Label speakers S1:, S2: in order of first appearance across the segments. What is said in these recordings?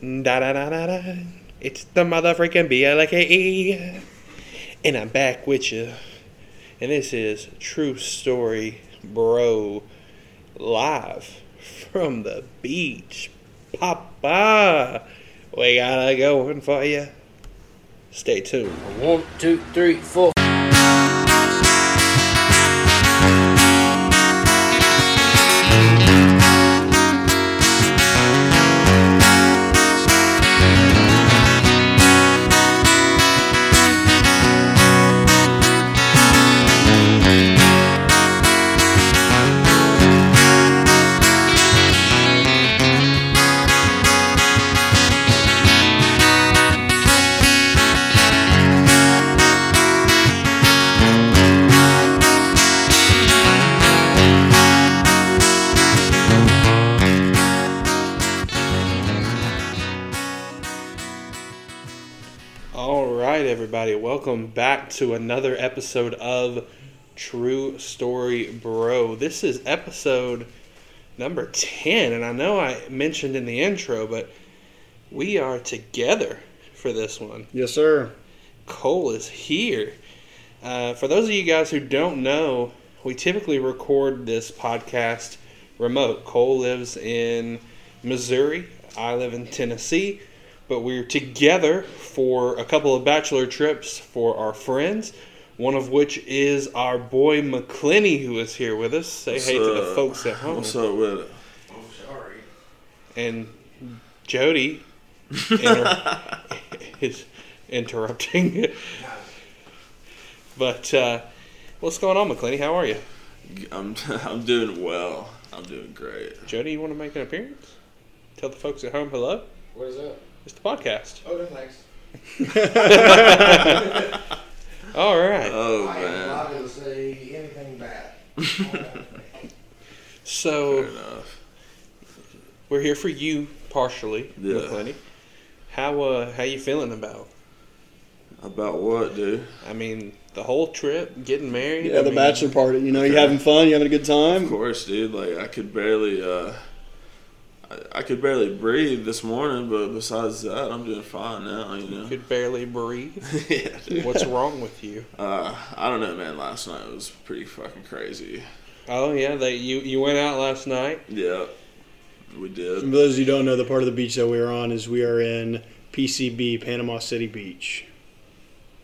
S1: Da da da da da. It's the motherfucking B L A K E. And I'm back with you. And this is True Story Bro live from the beach. Papa, we got to go going for you. Stay tuned.
S2: One, two, three, four.
S1: All right, everybody, welcome back to another episode of True Story Bro. This is episode number 10, and I know I mentioned in the intro, but we are together for this one.
S3: Yes, sir.
S1: Cole is here. Uh, for those of you guys who don't know, we typically record this podcast remote. Cole lives in Missouri, I live in Tennessee, but we're together for a couple of bachelor trips for our friends. One of which is our boy McClenny, who is here with us. Say
S4: What's
S1: hey to the
S4: up?
S1: folks at home.
S4: What's up with it?
S1: And Jody inter- is interrupting. but uh, what's going on, McClenny? How are you?
S4: I'm I'm doing well. I'm doing great.
S1: Jody, you want to make an appearance? Tell the folks at home hello.
S2: What is that?
S1: It's the podcast.
S2: Oh, no, thanks.
S1: All right.
S4: Oh
S2: I am
S4: man.
S2: not going to say anything bad.
S4: Fair
S1: So
S4: enough.
S1: we're here for you partially,
S4: Yeah.
S1: McClenny. How uh how you feeling about?
S4: About what, dude?
S1: I mean, the whole trip, getting married.
S3: Yeah,
S1: I
S3: the
S1: mean,
S3: bachelor party. You know, you having fun, you having a good
S4: Of
S3: time.
S4: course, dude. Like I could barely uh, I, I could barely breathe this morning, but besides that, I'm doing fine now. You
S1: you
S4: know.
S1: Could barely breathe.
S4: yeah, dude.
S1: What's wrong with you?
S4: Uh, I don't know, man. Last night was pretty fucking crazy.
S1: Oh yeah, they you you went out last night.
S4: Yeah, we
S3: For
S4: did.
S3: those who don't know, the part of the beach that we are on is we are in PCB, Panama City Beach.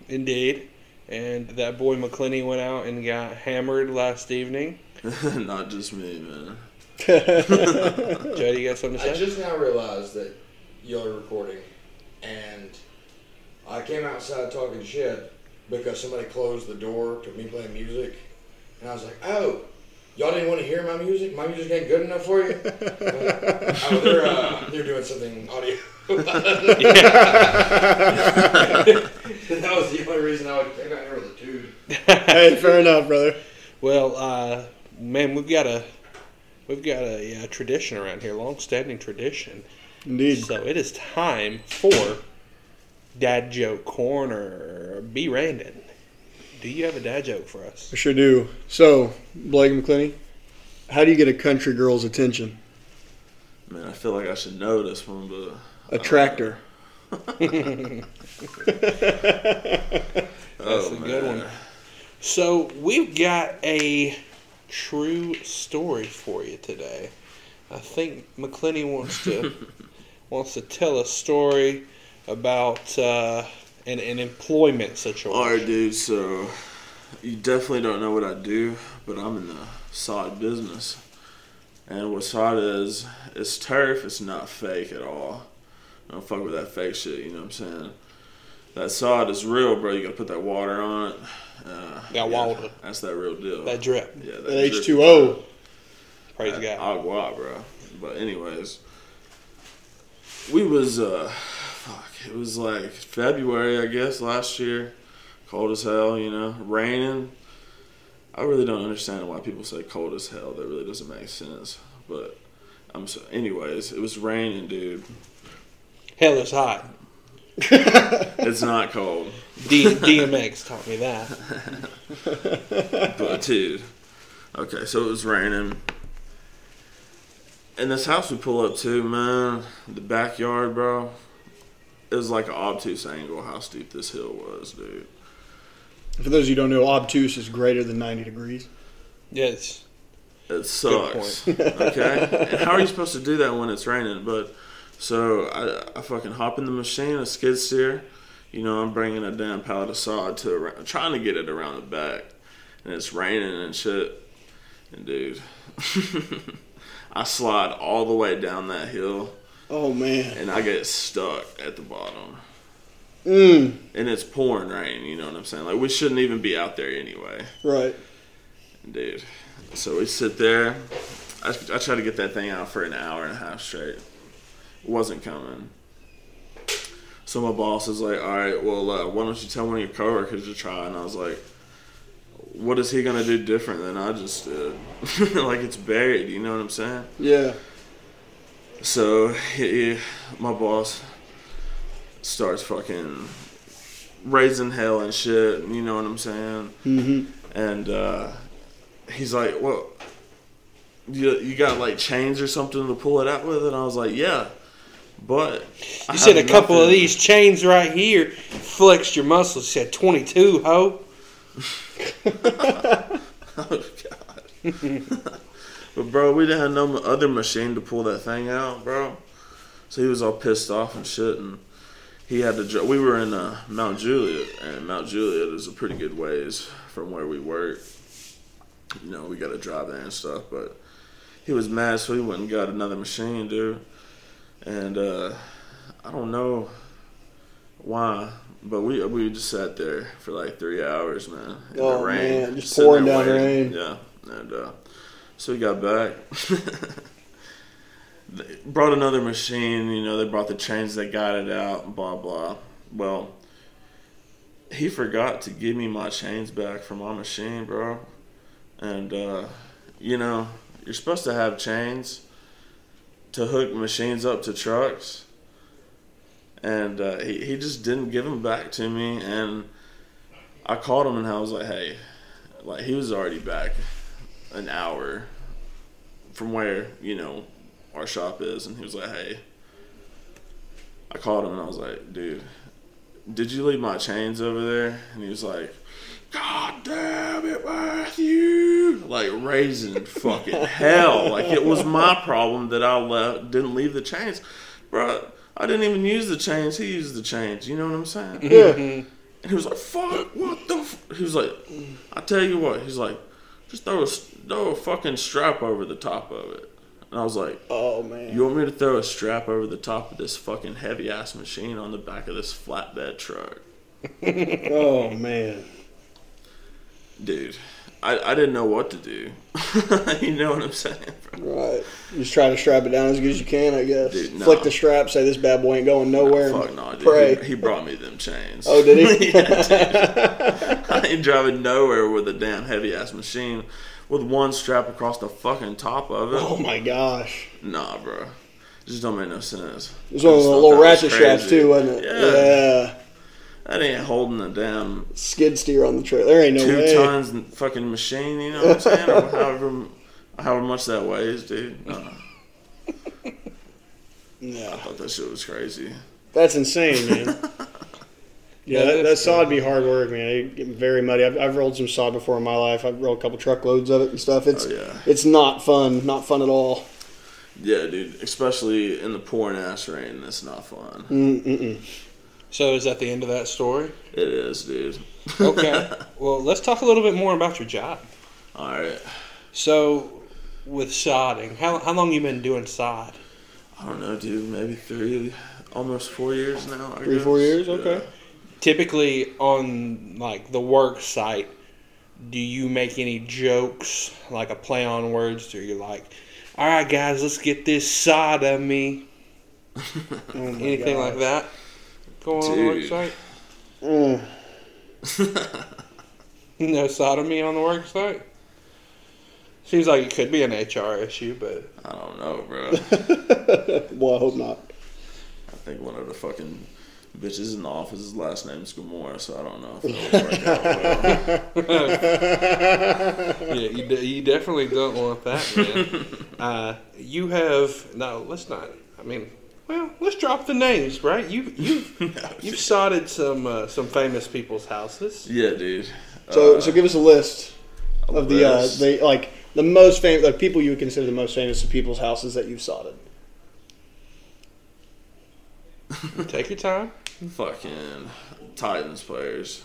S1: Indeed. And that boy McClenny went out and got hammered last evening.
S4: Not just me, man.
S1: Jody, you got something to
S5: I
S1: say?
S5: just now realized that y'all are recording, and I came outside talking shit because somebody closed the door to me playing music, and I was like, "Oh, y'all didn't want to hear my music? My music ain't good enough for you?" oh, they're uh, they're doing something audio. that was the only reason I would came out here with a dude.
S3: hey, fair enough, brother.
S1: well, uh, man, we've got a we've got a, uh tradition around here, long-standing tradition.
S3: Indeed.
S1: So it is time for Dad Joke Corner. B. Randon, do you have a dad joke for us?
S3: I sure do. So, Blake McClinney, how do you get a country girl's attention?
S4: Man, I feel like I should know this one, but
S3: A tractor.
S1: That's
S4: Oh,
S1: a good one. So we've got a true story for you today. I think McClenny wants to wants to tell a story about uh, an an employment situation.
S4: All right, dude. So you definitely don't know what I do, but I'm in the sod business. And what sod is, it's turf. It's not fake at all. I don't fuck with that fake shit. You know what I'm saying? That sod is real, bro. You gotta put that water on it. Uh,
S1: That water.
S4: That's that real deal.
S1: That drip,
S4: yeah,
S3: That
S4: drip.
S3: H2O.
S1: praise
S4: At
S1: God.
S4: Agua, bro. But anyways, we was uh, fuck. It was like February, I guess, last year. Cold as hell, you know, raining. I really don't understand why people say cold as hell. That really doesn't make sense. But I'm so. Anyways, it was raining, dude.
S1: Hell is hot.
S4: It's not cold,
S1: D- DMX taught me that.
S4: but dude. Okay, so it was raining, And this house we pull up to, man, the backyard, bro, it was like an obtuse angle how steep this hill was, dude.
S3: For those of you who don't know, obtuse is greater than 90 degrees.
S1: Yes.
S4: It sucks. okay? And how are you supposed to do that when it's raining? But so I, I fucking hop in the machine, a skid steer. You know, I'm bringing a damn pallet of sod to around, trying to get it around the back. And it's raining and shit. And dude, I slide all the way down that hill
S3: Oh, man.
S4: and I get stuck at the bottom.
S3: Mm,
S4: And it's pouring rain, you know what I'm saying? Like, we shouldn't even be out there anyway.
S3: right.
S4: Dude. So we sit there. I, I tried to get that thing out for an hour and a half straight. Wasn't coming. So my boss is like, all right, well, uh, why don't you tell one of your coworkers to try? And I was like, what is he going to do different than I just did? like, it's buried, you know what I'm saying?
S3: Yeah.
S4: So he, my boss starts fucking raising hell and shit, you know what I'm saying?
S3: Mm-hmm.
S4: and uh, he's like, "Well, you you got like chains or something to pull it out with?" And I was like, "Yeah, but I
S1: You said a
S4: have
S1: couple of
S4: nothing."
S1: these chains right here flexed your muscles. You said 22, ho.
S4: Oh god! but bro, we didn't have no other machine to pull that thing out, bro. So he was all pissed off and shit, and he had to. dri- We were in uh, Mount Juliet, and Mount Juliet is a pretty good ways from where we work. You know, we got to drive there and stuff, but he was mad, so he went and got another machine, dude. And uh, I don't know why, but we we just sat there for like three hours, man. In
S3: Oh,
S4: the rain,
S3: man, just
S4: sitting
S3: pouring
S4: there
S3: down
S4: waiting.
S3: rain.
S4: Yeah, and uh, so we got back. They brought another machine, you know, they brought the chains, they got it out, blah, blah. Well, he forgot to give me my chains back for my machine, bro. And, uh, you know, you're supposed to have chains to hook machines up to trucks. And uh, he, he just didn't give them back to me. And I called him and I was like, hey, like, he was already back an hour from where, you know, our shop is. And he was like, hey, I called him and I was like, dude, did you leave my chains over there? And he was like, God damn it, Matthew! Like raising fucking hell. Like it was my problem that I left, didn't leave the chains, bro. I didn't even use the chains. He used the chains. You know what I'm saying?
S3: Yeah.
S4: And he was like, "Fuck, what the?" F-? He was like, "Mm, "I tell you what." He's like, "Just throw a s- throw a fucking strap over the top of it." And I was like,
S3: Oh, man.
S4: "You want me to throw a strap over the top of this fucking heavy ass machine on the back of this flatbed truck,
S3: Oh, man.
S4: dude?" I, I didn't know what to do. you know what I'm saying, bro?
S3: Right. Just try to strap it down as good as you can, I guess.
S4: Dude, nah.
S3: Flick the strap, say this bad boy ain't going nowhere. and
S4: Fuck no, dude.
S3: Pray.
S4: He, he brought me them chains.
S3: Oh, did he?
S4: yeah, dude. I ain't driving nowhere with a damn heavy ass machine with one strap across the fucking top of it.
S3: Oh, my gosh.
S4: Nah, bro. Just don't make no sense.
S3: It was one of
S4: I
S3: the
S4: just
S3: little
S4: thought that was
S3: ratchet straps,
S4: crazy.
S3: too, wasn't it?
S4: Yeah.
S3: yeah.
S4: That ain't holding a damn
S3: Skid steer on the trailer. There ain't no
S4: two
S3: way.
S4: tons fucking machine, you know what I'm saying? or however, however much that weighs, dude. Nah, I
S3: No.
S4: thought that shit was crazy.
S3: That's insane, man. Yeah,
S1: Yeah,
S3: that, that
S1: that's-
S3: sod'd be hard work, man. It get very muddy. I've, I've rolled some sod before in my life. I've rolled a couple truckloads of it and stuff. It's
S4: Oh, yeah.
S3: it's not fun, not fun at all.
S4: Yeah, dude. Especially in the pouring ass rain, that's not fun.
S3: Mm, Mm-mm.
S1: So is that the end of that story?
S4: It is, dude.
S1: Okay. well, let's talk a little bit more about your job.
S4: All right.
S1: So, with sodding, how, how long you been doing sod?
S4: I don't know, dude. Maybe three, almost four years now. I
S3: Three, four
S4: guess.
S3: years?
S4: Yeah.
S3: Okay.
S1: Typically on like the work site, do you make any jokes like a play on words? Do you like, all right, guys, let's get this sod of me?
S3: Oh my
S1: Anything like
S3: God.
S1: that? Go on the work
S4: Dude.
S1: site.
S3: Mm.
S1: No sodomy on the work site? Seems like it could be an HR issue, but
S4: I don't know, bro.
S3: well, I hope not.
S4: I think one of the fucking Bitch is in the office. His last name's Gamora, so I don't know if it'll work out well.
S1: Yeah, you, de- you definitely don't want that, man. uh, you have no. Let's not. I mean, well, let's drop the names, right? You you you've sodded some uh, some famous people's houses.
S4: Yeah, dude.
S3: So
S4: Uh,
S3: so give us a list
S4: a
S3: of the uh,
S4: list.
S3: the like the most famous like people you would consider the most famous of people's houses that you've sodded.
S1: Take your time.
S4: fucking Titans players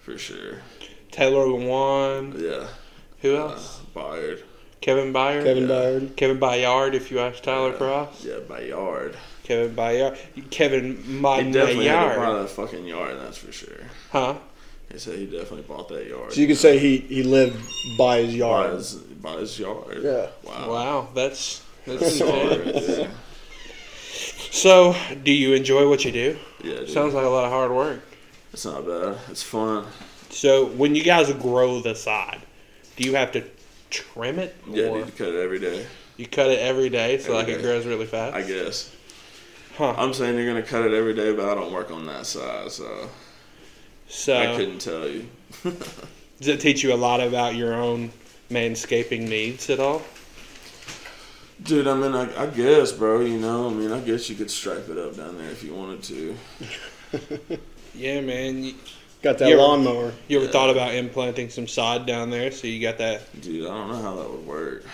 S4: for sure.
S1: Taylor Lewan.
S4: Yeah,
S1: Who
S4: uh,
S1: else?
S4: Bayard.
S1: Kevin Byard.
S3: Kevin
S4: Yeah.
S3: Byard.
S1: Kevin Bayard, if you ask Tyler Cross.
S4: Yeah, Bayard.
S1: Kevin Bayard. Kevin Ma-
S4: He definitely had to
S1: Bayard.
S4: buy that fucking yard. That's for sure.
S1: Huh?
S4: He said he definitely bought that yard.
S3: So you could say he he lived by his
S4: buy
S3: yard.
S4: his, buy his yard.
S3: Yeah.
S4: Wow.
S1: Wow, that's that's
S4: That's hard
S1: intense.
S4: right there.
S1: So, do you enjoy what you do?
S4: Yeah, dude.
S1: Sounds like a lot of hard work.
S4: it's not bad. It's fun.
S1: So when you guys grow the side, do you have to trim it?
S4: Yeah,
S1: or
S4: dude, you cut it every day.
S1: You cut it every day so
S4: Every
S1: like it
S4: day.
S1: grows really fast.
S4: I guess.
S1: Huh.
S4: I'm saying they're gonna cut it every day, but I don't work on that side, so
S1: so
S4: I couldn't tell you.
S1: does it teach you a lot about your own manscaping needs at all?
S4: Dude, I mean, I, I guess, bro. You know, I mean, I guess you could stripe it up down there if you wanted to.
S1: Yeah, man. You,
S3: Got that
S1: Yeah.
S3: lawnmower.
S1: you ever
S4: Yeah.
S1: thought about implanting some sod down there so you got that?
S4: Dude, I don't know how that would work.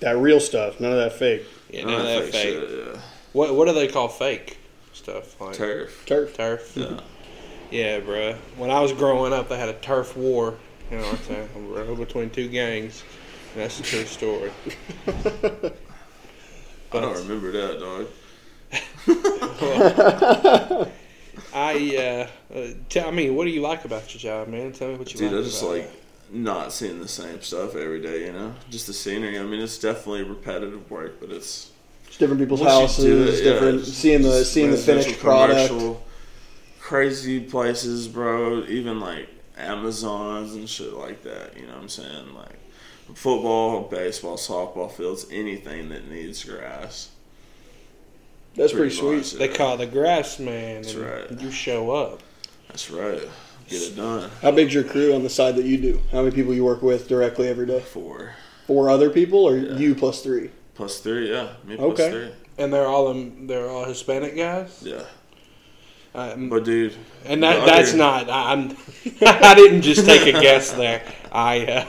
S3: That real stuff, none of that fake
S1: You
S4: None
S1: know
S4: of
S1: that fake.
S4: shit,
S1: What what do they call fake stuff
S4: yeah.
S1: like
S4: Turf.
S3: turf.
S1: turf?
S4: Yeah.
S1: Yeah, bruh. When I was growing up, they had a turf war. You know, it's a row between two gangs. And that's a true story.
S4: I don't remember that, dog.
S1: I uh, uh, tell me, what do you like about your job, man? Tell me what you
S4: Dude,
S1: like.
S4: I just
S1: about
S4: like not seeing the same stuff every day, you know? Just the scenery. I mean, it's definitely repetitive work, but it's.
S3: It's different people's
S4: once you do
S3: houses,
S4: it, yeah,
S3: different
S4: just-
S3: seeing the
S4: just
S3: seeing the
S4: residential,
S3: finished product.
S4: commercial, Crazy places, bro. Even like Amazons and shit like that. You know what I'm saying? Like football, baseball, softball fields, anything that needs grass.
S3: That's pretty,
S4: much,
S3: sweet.
S1: it. They
S4: yeah.
S1: call the grass man.
S4: That's
S1: and
S4: right.
S1: You show up.
S4: That's right. Get it done.
S3: How big's your crew on the side that you do? How many people you work with directly every day?
S4: Four
S3: Four other people, or
S4: Yeah.
S3: you plus three?
S4: plus three, yeah. Me plus
S3: Okay.
S4: three,
S1: And they're all um, they're all Hispanic guys.
S4: yeah.
S1: Um,
S4: But dude,
S1: and
S4: the
S1: that,
S4: other-
S1: that's not. I, I'm. I didn't just take a guess there. I. Uh,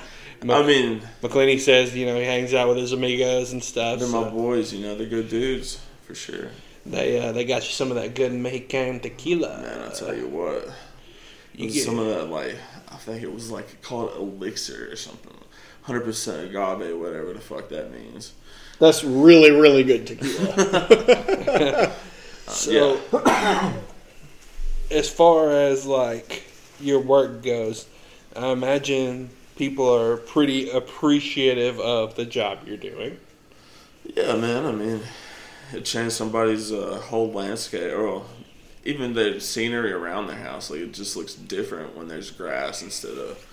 S4: I mean,
S1: McClenny says you know he hangs out with his amigos and stuff.
S4: they're my
S1: so
S4: boys. You know, they're good dudes for sure.
S1: they uh, they got you some of that good Mexican tequila.
S4: Man, I tell you what.
S1: You
S4: With
S1: get-
S4: some of that like I think it was like called elixir or something. Hundred percent agave, whatever the fuck that means.
S3: That's really, really good tequila.
S1: So, as far as like your work goes, I imagine people are pretty appreciative of the job you're doing.
S4: Yeah, man. I mean, it changed somebody's uh, whole landscape, or even the scenery around their house. Like it just looks different when there's grass instead of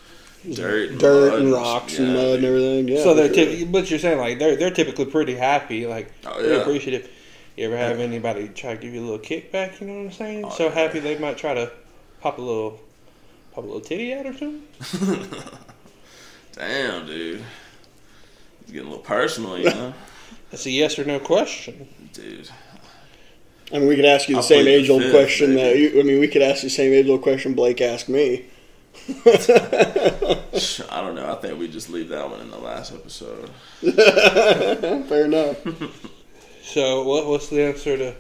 S4: dirt, and
S3: Dirt
S4: mud
S3: and rocks and
S4: yeah,
S3: mud and
S4: dude.
S3: everything. Yeah.
S1: so
S3: for
S1: they're,
S3: sure.
S1: typ- but you're saying like they're they're typically pretty happy, like
S4: Oh,
S1: pretty
S4: yeah.
S1: appreciative. You ever have anybody try to give you a little kickback? You know what I'm saying?
S4: Oh,
S1: so
S4: yeah.
S1: happy they might try to pop a little, pop a little titty out or something.
S4: Damn, dude. It's getting a little personal, you know,
S1: That's a yes or no question.
S4: dude.
S3: I mean, we could ask you the
S4: I'll
S3: same
S4: plead the
S3: age old
S4: fifth,
S3: question
S4: baby.
S3: that you. I mean, we could ask you the same age old question Blake asked me.
S4: I don't know. I think we just leave that one in the last episode.
S3: Fair enough.
S1: So what what's the answer to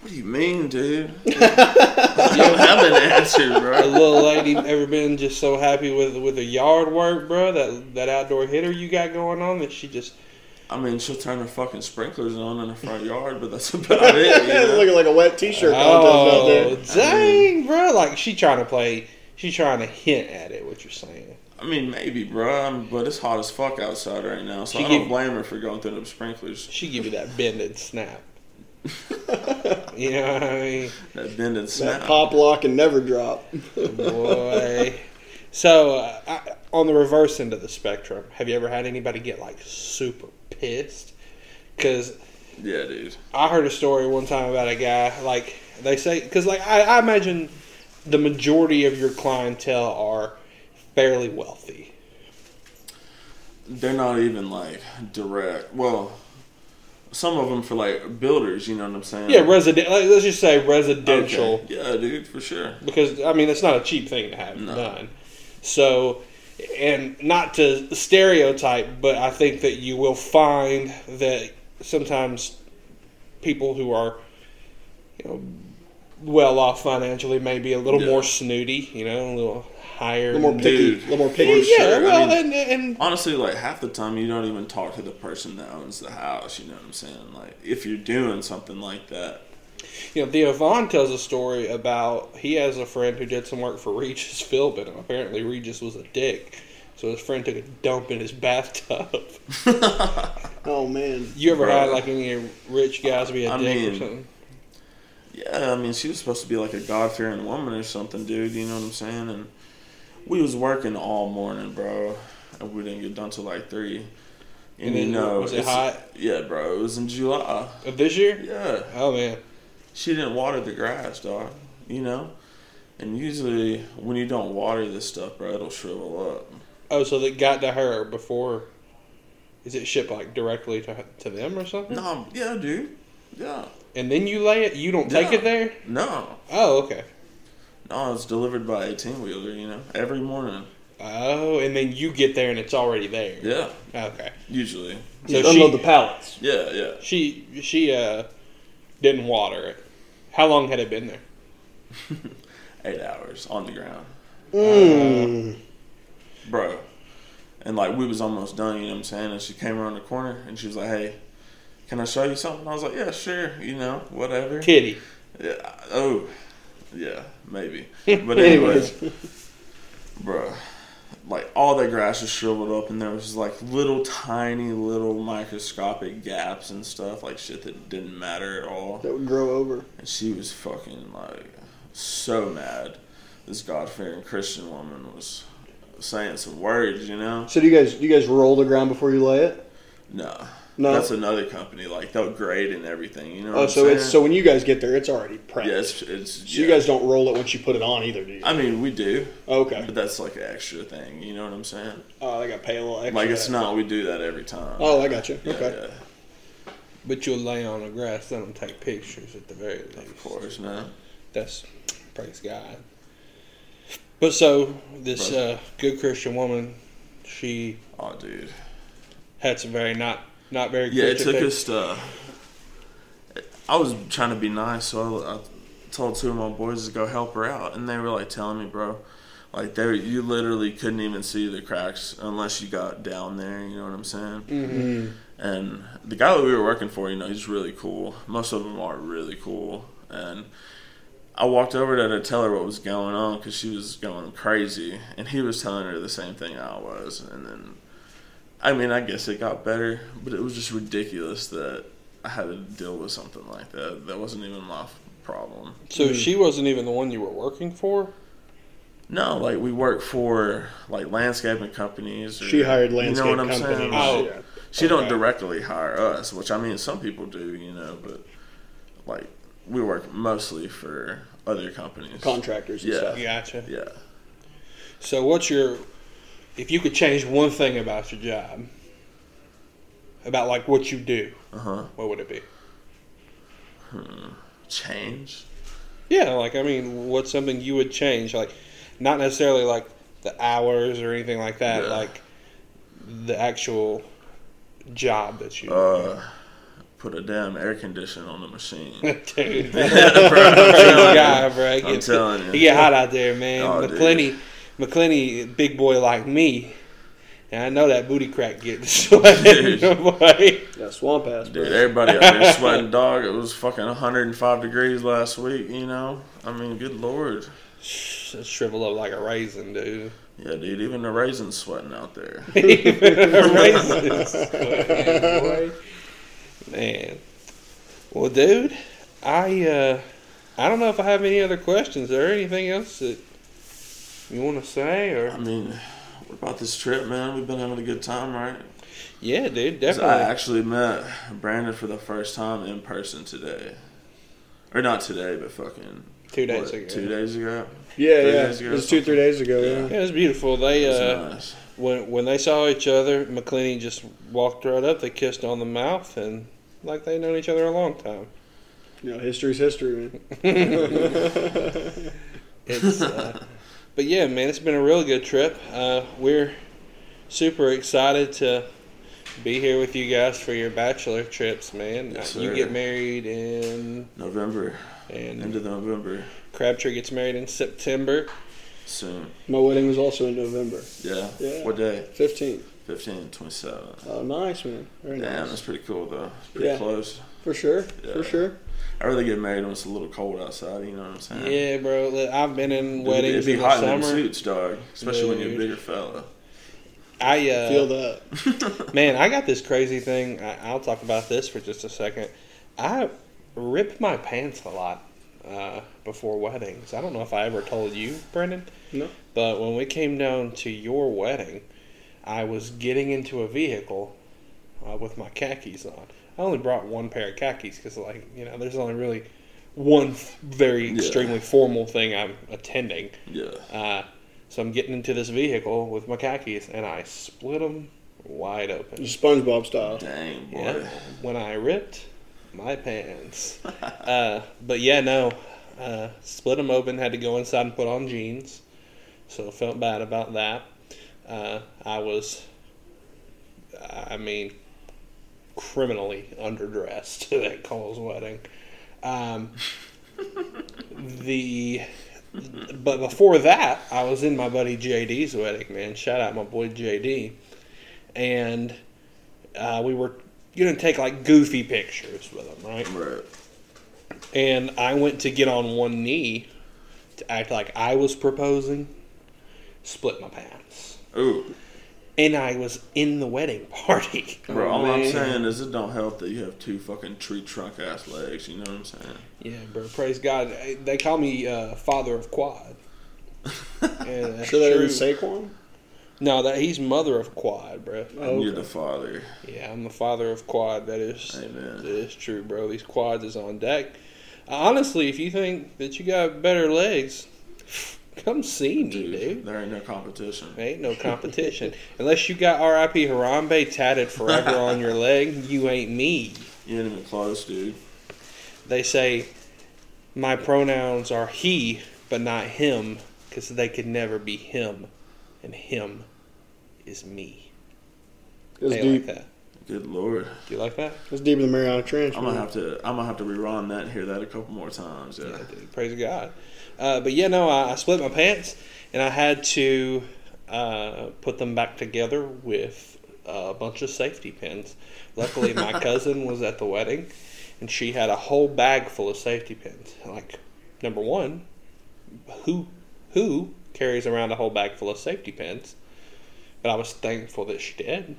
S4: What do you mean, dude? you don't have an answer,
S1: a
S4: bro.
S1: little lady ever been just so happy with with her yard work, bro? That that outdoor hitter you got going on that she just
S4: I mean, she'll turn her fucking sprinklers on in her front yard, but that's about it. You
S3: it's
S4: know?
S3: looking like a wet T-shirt
S1: oh
S3: contest out
S1: dang, bro! Like she trying to play, she trying to hint at it. What you're saying?
S4: I mean, maybe, bro. um, But it's hot as fuck outside right now, so
S1: She
S4: I don't
S1: give-
S4: blame her for going through them sprinklers.
S1: She give you that bend and snap. you know what I mean,
S4: That bend and
S3: there.
S4: snap.
S3: That pop lock and never drop.
S1: boy? So uh, I, on the reverse end of the spectrum, have you ever had anybody get like super pissed? Because
S4: Yeah, dude.
S1: I heard a story one time about a guy like they say because like I, I imagine the majority of your clientele are fairly wealthy.
S4: They're not even like direct. Well, some of them for like builders. You know what I'm saying?
S1: Yeah, resident. Like, let's just say residential
S4: Mm. Okay. Yeah, dude, for sure.
S1: because I mean it's not a cheap thing to have
S4: No.
S1: done. So, and not to stereotype, but I think that you will find that sometimes people who are, you know, well off financially may be a little
S4: Yeah.
S1: more snooty. You know, a little higher.
S3: little more picky.
S4: Dude.
S3: A little more
S1: yeah,
S3: picky.
S4: sure. I
S1: well,
S4: mean-
S1: and, and
S4: Honestly, like half the time you don't even talk to the person that owns the house. You know what I'm saying? Like if you're doing something like that.
S1: You know, Theo Vaughn tells a story about he has a friend who did some work for Regis Philbin, and apparently Regis was a dick. So his friend took a dump in his bathtub.
S3: Oh man.
S1: You ever
S4: Right.
S1: had like any rich guys be a
S4: I
S1: dick or
S4: mean-
S1: something?
S4: Yeah, I mean, she was supposed to be like a God fearing woman or something, dude. You know what I'm saying? And we was working all morning, bro, and we didn't get done till like three. And,
S1: And
S4: you
S1: it-
S4: know,
S1: was it
S4: it's-
S1: hot?
S4: Yeah, bro. It was in July.
S1: Of Uh, this year?
S4: Yeah,
S1: Oh man,
S4: she didn't water the grass, dog. You know, and usually when you don't water this stuff, bro, it'll shrivel up.
S1: oh so that got to her before. Is it shipped like directly to to them or something?
S4: No, yeah, dude. Yeah,
S1: And then you lay it. You don't take
S4: Yeah.
S1: it there.
S4: no,
S1: Oh okay.
S4: no. It's delivered by a ten wheeler. You know, every morning.
S1: Oh, and then you get there and it's already there.
S4: Yeah,
S1: Okay.
S4: usually.
S1: So
S3: Just unload the pallets.
S4: Yeah, yeah.
S1: She she uh didn't water it. How long had it been there?
S4: Eight hours on the ground.
S1: Uh,
S3: Mm.
S4: bro. And like we was almost done, you know what I'm saying? And she came around the corner and she was like, "Hey, can I show you something?" I was like, "Yeah, sure, you know, whatever."
S1: Kitty.
S4: Yeah, I- oh, yeah, maybe. But anyways, bro, like all that grass was shriveled up, and there was just, like little tiny little microscopic gaps and stuff, like shit that didn't matter at all.
S3: That would grow over.
S4: And she was fucking like so mad. This God fearing Christian woman was saying some words, you know.
S3: So do you guys do you guys roll the ground before you lay it?
S4: No.
S3: No.
S4: That's another company. Like they'll grade and everything. You know. what
S3: oh,
S4: I'm
S3: so
S4: saying?
S3: it's so when you guys get there, it's already prepped.
S4: Yeah, it's, it's
S3: So you
S4: yeah.
S3: guys don't roll it once you put it on either, do you?
S4: I mean, we do,
S3: okay.
S4: but that's like an extra thing. You know what I'm saying?
S3: Oh, I got to pay a little extra.
S4: Like it's not. We do that every time.
S3: Oh, I got you.
S4: Yeah,
S3: okay.
S4: yeah,
S1: But you'll lay on the grass, let them take pictures at the very least.
S4: of course, man.
S1: That's praise God. But so this
S4: Right.
S1: uh, good Christian woman, she
S4: Oh, dude.
S1: had some very not not very
S4: Yeah, it
S1: Christian
S4: took
S1: things.
S4: us. Uh, I was trying to be nice, so I, I told two of my boys to go help her out, and they were like telling me, bro, like they were, you literally couldn't even see the cracks unless you got down there. You know what I'm saying?
S3: Mm.
S4: And the guy that we were working for, you know, he's really cool. Most of them are really cool. And I walked over to her to tell her what was going on because she was going crazy. And he was telling her the same thing I was. And then, I mean, I guess it got better, but it was just ridiculous that I had to deal with something like that. That wasn't even my f- problem.
S1: So she wasn't even the one you were working for.
S4: No, like we work for like landscaping companies. Or,
S3: She hired
S4: you know
S3: landscape
S4: what I'm saying?
S3: companies.
S1: Oh.
S3: Yeah.
S4: She
S1: Okay.
S4: don't directly hire us, which I mean some people do, you know, but like we work mostly for other companies.
S3: Contractors and
S4: Yeah.
S3: stuff.
S1: Gotcha.
S4: Yeah.
S1: So what's your if you could change one thing about your job, about like what you do,
S4: Uh huh.
S1: what would it be?
S4: Change.
S1: Yeah, like I mean, what's something you would change? Like, not necessarily like the hours or anything like that.
S4: Yeah.
S1: Like the actual job that you.
S4: Uh, put a damn air conditioner on the machine.
S1: Dude,
S4: yeah,
S1: guy, bro, it
S4: I'm
S1: gets-
S4: telling you.
S1: it get hot out there, man.
S4: Oh, dude.
S1: McClenny, McClenny, big boy like me, and I know that booty crack gets sweating,
S4: Dude.
S1: boy.
S3: Yeah, swamp ass.
S4: Dude,
S3: Dude,
S4: everybody out there sweating, dog. It was fucking 105 degrees last week. You know, I mean, good lord.
S1: Just shrivel up like a raisin, dude.
S4: Yeah, dude. Even the raisins sweating out there.
S1: Even a racist. boy. Man. Well, dude, I uh, I don't know if I have any other questions. Is there anything else that you want to say?
S4: I
S1: Or
S4: mean, what about this trip, man? We've been having a good time, right?
S1: Yeah, dude,
S4: 'Cause I
S1: definitely.
S4: actually met Brandon for the first time in person today, or not today, but fucking
S1: Two days
S4: what,
S1: ago.
S4: Two days ago.
S3: Yeah,
S4: Three
S3: yeah.
S4: days ago
S3: It
S4: or
S3: was two, three days ago. Yeah.
S1: Yeah, it was beautiful. They
S4: It was
S1: uh,
S4: nice.
S1: when when they saw each other, McClenny just walked right up. They kissed on the mouth and like they known each other a long time.
S3: You know, history's history, man.
S1: It's, uh, but yeah, man, it's been a really good trip. Uh, we're super excited to be here with you guys for your bachelor trips, man.
S4: Yes,
S1: Uh, you
S4: sir.
S1: get married in
S4: November, end
S1: and
S4: of November,
S1: Crabtree gets married in September.
S4: soon.
S3: My wedding was also in November
S4: Yeah.
S3: Yeah.
S4: What day?
S3: 15th.
S4: 15, 27.
S3: Oh, nice, man. Very
S4: Damn,
S3: nice.
S4: that's pretty cool though. Pretty
S3: Yeah.
S4: close.
S3: For sure.
S4: Yeah.
S3: For sure.
S4: I really get married when it's a little cold outside. You know what I'm saying?
S1: Yeah, bro. li- I've been in
S4: It'd be-
S1: weddings
S4: Uh-huh. It'd be
S1: in
S4: hot
S1: the
S4: in them
S1: summer.
S4: suits, dog. Especially when you're a
S1: Dude.
S4: bigger fella.
S1: I uh,
S3: Feel that.
S1: Man, I got this crazy thing. I, I'll talk about this for just a second. I rip my pants a lot uh, before weddings. I don't know if I ever told you, Brendan.
S3: No.
S1: But when we came down to your wedding, I was getting into a vehicle uh, with my khakis on. I only brought one pair of khakis because, like, you know, there's only really one f- very
S4: Yeah.
S1: extremely formal thing I'm attending.
S4: Yeah.
S1: Uh, so I'm getting into this vehicle with my khakis, and I split them wide open.
S3: SpongeBob style.
S4: Dang boy.
S1: Oh. Yeah, when I ripped my pants. uh, but yeah, no, uh, split them open. Had to go inside and put on jeans, so felt bad about that. Uh, I was, I mean, criminally underdressed at Cole's wedding. Um, the but before that, I was in my buddy JD's wedding. Man, shout out my boy JD, and uh, we were gonna take like goofy pictures with him, right?
S4: Right.
S1: And I went to get on one knee to act like I was proposing, split my pants,
S4: Ooh,
S1: and I was in the wedding party.
S4: bro. all I'm
S3: man.
S4: saying is it don't help that you have two fucking tree trunk ass legs. You know what I'm saying?
S1: Yeah, bro. Praise God. They call me uh, father of quad. And that's
S3: Sure that
S1: true.
S3: isn't Saquon?
S1: no, that he's mother of quad, bro.
S4: And
S3: Oh,
S4: You're the father.
S1: Yeah, I'm the father of quad. That is
S4: Amen.
S1: that is true, bro. These quads is on deck. Honestly, if you think that you got better legs, come see me,
S4: Dude,
S1: dude.
S4: there ain't no competition.
S1: Ain't no competition. Unless you got R.I.P. Harambe tatted forever on your leg, you ain't me.
S4: You ain't even close, dude.
S1: They say my pronouns are he, but not him, because they could never be him, and him is me.
S3: it's
S1: they
S3: deep.
S1: like that.
S4: Good lord.
S1: Do you like that?
S3: It's deeper than Mariana Trench.
S4: I'm gonna
S3: man.
S4: have to. I'm gonna have to rerun that and hear that a couple more times. Yeah.
S1: Yeah, dude, praise God. Uh, but yeah, no, I, I split my pants and I had to uh, put them back together with a bunch of safety pins. Luckily, my cousin was at the wedding and she had a whole bag full of safety pins. Like, number one, who who carries around a whole bag full of safety pins? But I was thankful that she did.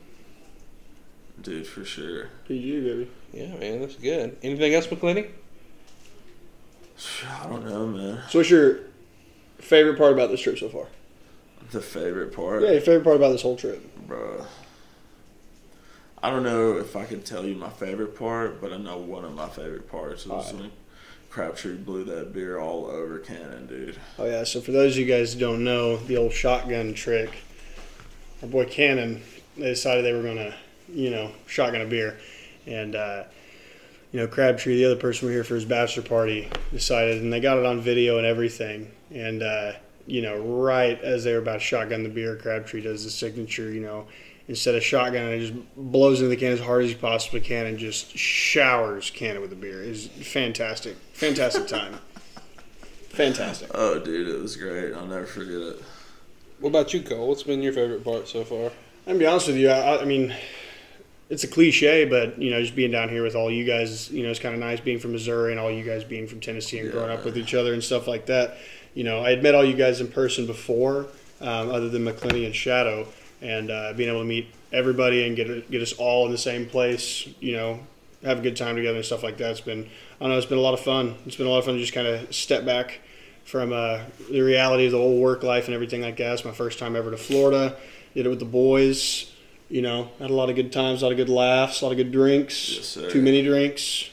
S4: Dude, for sure.
S3: PG, baby.
S1: Yeah, man, that's good. Anything else, McClinney?
S4: I don't know, man.
S3: So, what's your favorite part about this trip so far?
S4: The favorite part,
S3: Yeah, your favorite part about this whole trip.
S4: bro. I don't know if I can tell you my favorite part, but I know one of my favorite parts was
S3: Alright.
S4: when Crabtree blew that beer all over Cannon, dude.
S3: Oh yeah. So for those of you guys who don't know the old shotgun trick, our boy Cannon, they decided they were gonna, you know, shotgun a beer, and uh, you know Crabtree, the other person we were here for his bachelor party, decided, and they got it on video and everything, and uh, you know, right as they were about to shotgun the beer, Crabtree does the signature, you know. Instead of shotgun, it just blows into the can as hard as he possibly can, and just showers Cannon with the beer. Is fantastic, fantastic time, fantastic.
S4: Oh, dude, it was great. I'll never forget it.
S1: What about you, Cole? What's been your favorite part so far?
S3: I'm gonna be honest with you. I, I- I mean, it's a cliche, but you know, just being down here with all you guys, you know, it's kind of nice being from Missouri and all you guys being from Tennessee and growing up with each other and stuff like that. You know, I had met all you guys in person before, um, other than McClenny and Shadow, and uh, being able to meet everybody and get get us all in the same place. You know, have a good time together and stuff like that. It's been, I don't know, it's been a lot of fun. It's been a lot of fun to just kind of step back from uh, the reality of the whole work life and everything like that. It's my first time ever to Florida. Did it with the boys. You know, had a lot of good times, a lot of good laughs, a lot of good drinks.
S4: Yes, sir.
S3: Too many drinks.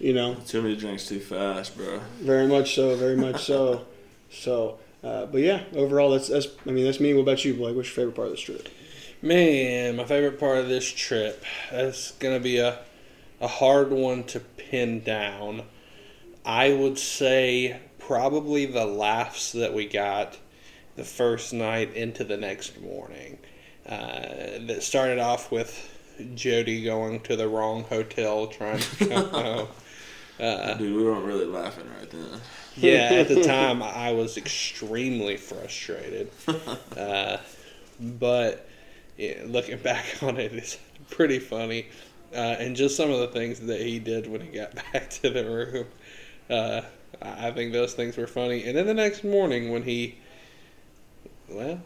S3: You know,
S4: Too many drinks too fast, bro.
S3: very much so, very much so. So, uh, but yeah, overall, that's that's. I mean, that's me. What about you, Blake? What's your favorite part of this trip?
S1: Man, my favorite part of this trip. That's gonna be a a hard one to pin down. I would say probably the laughs that we got the first night into the next morning. Uh, that started off with Jody going to the wrong hotel trying to come home. Uh,
S4: Dude, we weren't really laughing right then.
S1: yeah, at the time I was extremely frustrated. Uh, but yeah, looking back on it, it's pretty funny. Uh, and just some of the things that he did when he got back to the room. Uh, I I think those things were funny. And then the next morning when he, well,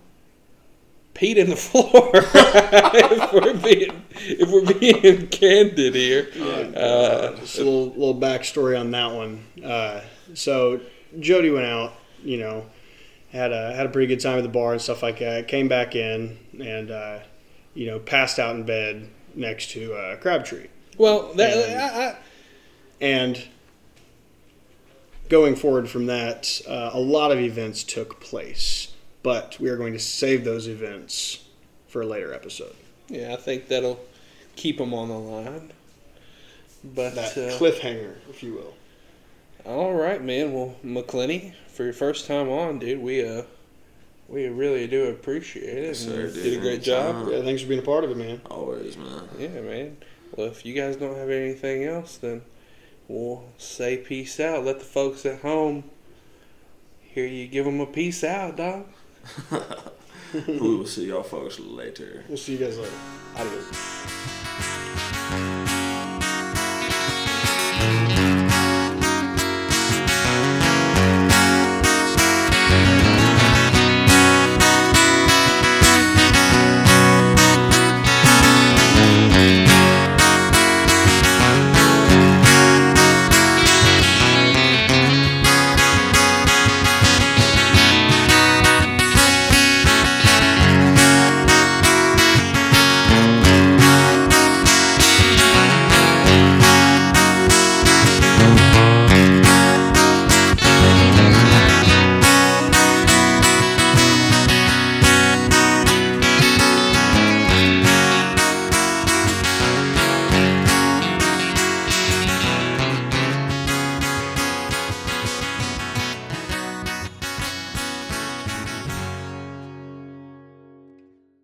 S1: peed in the floor. if we're being if we're being candid here, uh,
S3: Just a little little backstory on that one. Uh, so Jody went out, you know, had a had a pretty good time at the bar and stuff like that. Came back in and uh, you know passed out in bed next to uh, Crabtree.
S1: well, that,
S3: And-
S1: I, I,
S3: And going forward from that, uh, a lot of events took place, but we are going to save those events for a later episode.
S1: Yeah, I think that'll keep him on the line.
S3: That
S1: But uh,
S3: cliffhanger, if you will.
S1: all right, man. Well, McClenny, for your first time on, dude, we uh, we really do appreciate it.
S4: Yes,
S1: and
S4: sir,
S1: you
S4: dude.
S1: Did a great job.
S4: Anytime.
S3: Yeah, thanks for being a part of it, man.
S4: Always, man.
S1: Yeah, man. Well, if you guys don't have anything else, then we'll say peace out. Let the folks at home hear you give them a peace out, dog.
S4: we will see y'all folks later.
S3: We'll see you guys later. Adios.
S1: Adios.